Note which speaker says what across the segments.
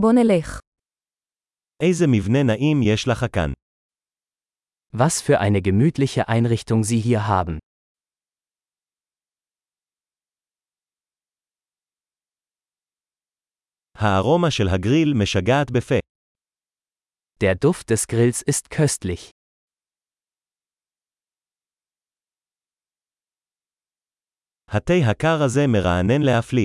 Speaker 1: בוא נלך.
Speaker 2: איזה מבנה נעים יש לך כאן.
Speaker 3: Was für eine gemütliche Einrichtung Sie hier haben.
Speaker 2: הארומה של הגריל משגעת בפה.
Speaker 3: Der Duft des Grills ist köstlich.
Speaker 2: התה הקר הזה מרענן להפליא.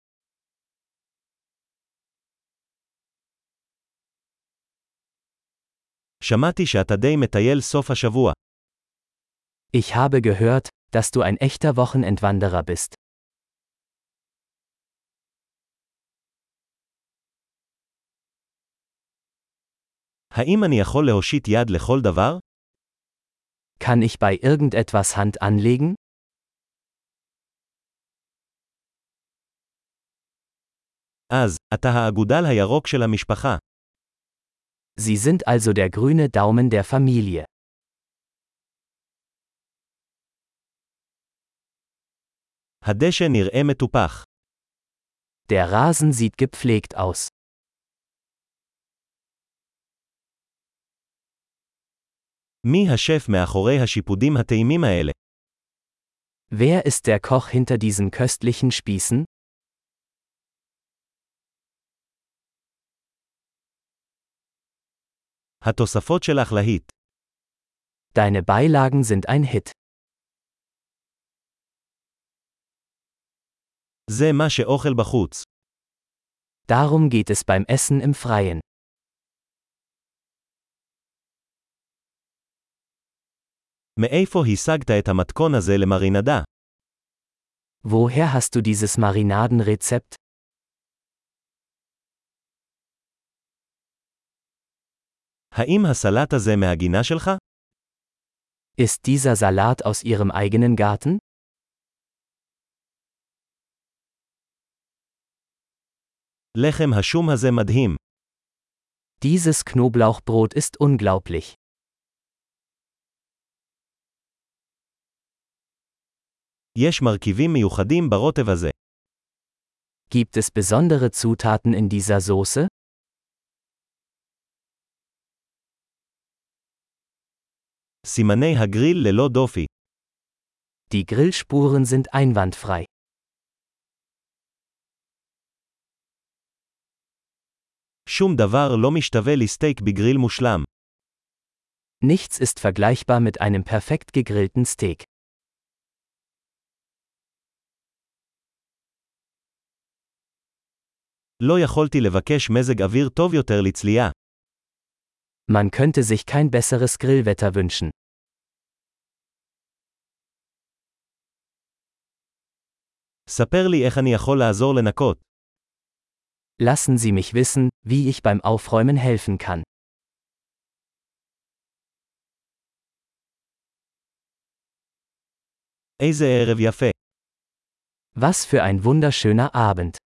Speaker 2: שמעתי שאתה די מטייל סוף השבוע.
Speaker 3: Ich habe gehört, dass du ein echter Wochenendwanderer bist.
Speaker 2: האם אני יכול להושיט יד לכל דבר?
Speaker 3: Kann ich bei irgendetwas Hand anlegen?
Speaker 2: אז, אתה האגודל הירוק של המשפחה.
Speaker 3: Sie sind also der grüne Daumen der Familie.
Speaker 2: הדשא נראה מטופח.
Speaker 3: Der Rasen sieht gepflegt aus.
Speaker 2: מי השף מאחורי השיפודים הטעימים האלה?
Speaker 3: Wer ist der Koch hinter diesen köstlichen Spießen?
Speaker 2: התוספות שלך להיט.
Speaker 3: Deine Beilagen sind ein Hit.
Speaker 2: זה מה שאוכל בחוץ.
Speaker 3: Darum geht es beim Essen im Freien.
Speaker 2: מאיפה השגת את המתכון הזה למרינדה?
Speaker 3: Woher hast du dieses Marinadenrezept?
Speaker 2: האם הסלט הזה מהגינה שלך?
Speaker 3: Ist dieser Salat aus Ihrem eigenen Garten?
Speaker 2: לחם השום הזה מדהים.
Speaker 3: Dieses Knoblauchbrot ist unglaublich.
Speaker 2: יש מרכיבים מיוחדים ברוטב הזה.
Speaker 3: Gibt es besondere Zutaten in dieser Soße?
Speaker 2: סימני הגריל ללא דופי.
Speaker 3: Die Grillspuren sind einwandfrei.
Speaker 2: שום דבר לא משתווה לסטייק בגריל מושלם.
Speaker 3: Nichts ist vergleichbar mit einem perfekt gegrillten Steak.
Speaker 2: לא יכולתי לבקש מזג אוויר טוב יותר לצלייה.
Speaker 3: Man könnte sich kein besseres Grillwetter wünschen.
Speaker 2: ספר לי איך אני יכול לעזור לנקות.
Speaker 3: Lassen Sie mich wissen, wie ich beim Aufräumen helfen kann.
Speaker 2: איזה ערב יפה.
Speaker 3: Was für ein wunderschöner Abend.